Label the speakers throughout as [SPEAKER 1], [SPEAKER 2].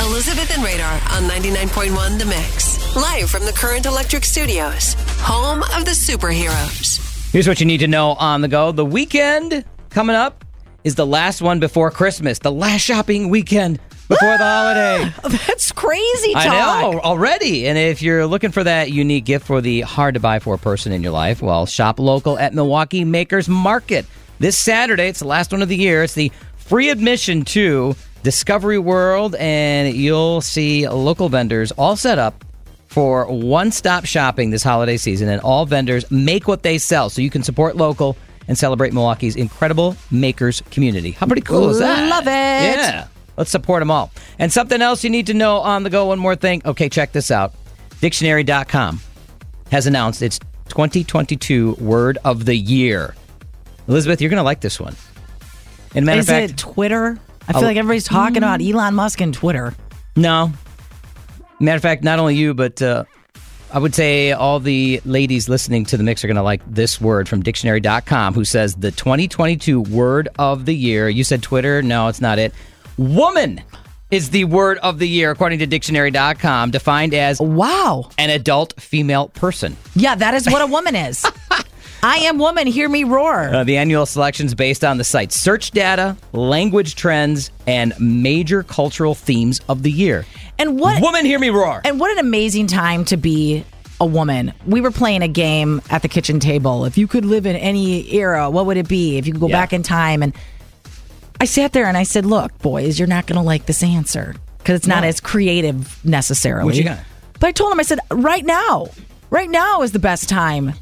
[SPEAKER 1] Elizabeth and Radar on 99.1 The Mix. Live from the Current Electric Studios, home of the superheroes.
[SPEAKER 2] Here's what you need to know on the go. The weekend coming up is the last one before Christmas, the last shopping weekend before the holiday.
[SPEAKER 3] That's crazy talk.
[SPEAKER 2] I know already. And if you're looking for that unique gift for the hard to buy for person in your life, well, shop local at Milwaukee Makers Market. This Saturday, it's the last one of the year. It's the free admission to Discovery World, and you'll see local vendors all set up for one stop shopping this holiday season. And all vendors make what they sell so you can support local and celebrate Milwaukee's incredible makers community. How pretty cool is that?
[SPEAKER 3] Love it.
[SPEAKER 2] Yeah. Let's support them all. And something else you need to know on the go, one more thing. Okay, check this out. Dictionary.com has announced its 2022 word of the year. Elizabeth, you're going to like this one. And matter
[SPEAKER 3] Is
[SPEAKER 2] of fact,
[SPEAKER 3] it Twitter? I feel like everybody's talking about
[SPEAKER 2] Mm-hmm.
[SPEAKER 3] Elon Musk and Twitter.
[SPEAKER 2] no. Matter of fact, not only you, but uh, I would say all the ladies listening to the mix are going to like this word from dictionary.com who says the 2022 word of the year. You said Twitter. No, it's not it. Woman is the word of the year, according to dictionary.com, defined as
[SPEAKER 3] Wow.
[SPEAKER 2] an adult female person.
[SPEAKER 3] Yeah, that is what a woman is. I am woman. Hear me roar.
[SPEAKER 2] Uh, the annual selections based on the site's search data, language trends, and major cultural themes of the year.
[SPEAKER 3] And what?
[SPEAKER 2] Woman, hear me roar.
[SPEAKER 3] And what an amazing time to be a woman. We were playing a game at the kitchen table. If you could live in any era, what would it be? If you could go
[SPEAKER 2] Yeah.
[SPEAKER 3] back in time. And I sat there and I said, Look, boys, you're not going to like this answer because it's not as creative necessarily.
[SPEAKER 2] What you got?
[SPEAKER 3] But I told him, I said, Right now, right now is the best time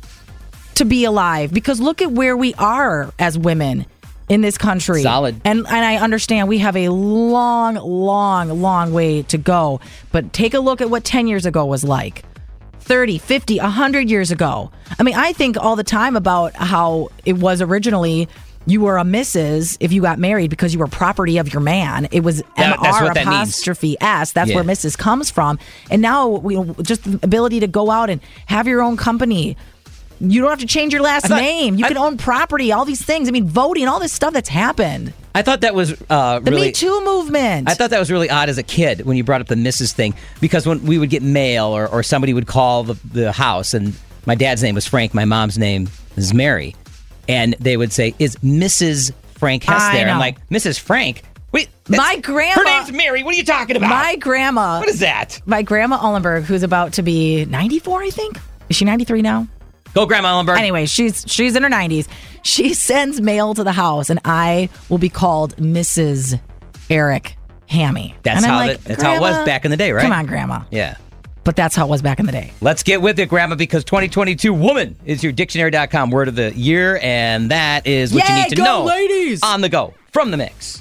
[SPEAKER 3] to be alive because look at where we are as women in this country.
[SPEAKER 2] Solid.
[SPEAKER 3] And and I understand we have a long, long, long way to go, but take a look at what 10 years ago was like. 30, 50, 100 years ago. I mean, I think all the time about how it was originally you were a missus if you got married because you were property of your man. It was
[SPEAKER 2] That- that's
[SPEAKER 3] MR
[SPEAKER 2] what that means.
[SPEAKER 3] apostrophe S. That's
[SPEAKER 2] Yeah.
[SPEAKER 3] where Mrs. comes from. And now we just the ability to go out and have your own company. You don't have to change your last
[SPEAKER 2] thought-
[SPEAKER 3] name. You
[SPEAKER 2] I-
[SPEAKER 3] can own property, all these things. I mean, voting, all this stuff that's happened.
[SPEAKER 2] I thought that was uh,
[SPEAKER 3] The
[SPEAKER 2] really.
[SPEAKER 3] Me Too movement.
[SPEAKER 2] I thought that was really odd as a kid when you brought up the Mrs. thing because when we would get mail or, or somebody would call the, the house and my dad's name was Frank, my mom's name is Mary, and they would say, "Is Mrs. Frank Hess
[SPEAKER 3] I
[SPEAKER 2] there?" I'm
[SPEAKER 3] know.
[SPEAKER 2] like, "Mrs. Frank." Wait,
[SPEAKER 3] My
[SPEAKER 2] that's-
[SPEAKER 3] grandma-
[SPEAKER 2] Her name's Mary. What are you talking about?
[SPEAKER 3] my grandma,
[SPEAKER 2] what is that?
[SPEAKER 3] my grandma Ullenberg, who's about to be 94, I think. Is she 93 now?
[SPEAKER 2] Go, Grandma Ellenberg.
[SPEAKER 3] Anyway, she's she's in her 90s. She sends mail to the house, and I will be called Mrs. Eric Hammy.
[SPEAKER 2] That's
[SPEAKER 3] And I'm
[SPEAKER 2] how
[SPEAKER 3] like,
[SPEAKER 2] that- that's how it was
[SPEAKER 3] "Grandma,
[SPEAKER 2] back in the day, right?"
[SPEAKER 3] Come on, Grandma.
[SPEAKER 2] Yeah.
[SPEAKER 3] But that's how it was back in the day.
[SPEAKER 2] Let's get with it, Grandma, because 2022 woman is your dictionary.com word of the year, and that is what you
[SPEAKER 3] Yay,
[SPEAKER 2] need to
[SPEAKER 3] go
[SPEAKER 2] know.
[SPEAKER 3] ladies!
[SPEAKER 2] On the go, from the mix.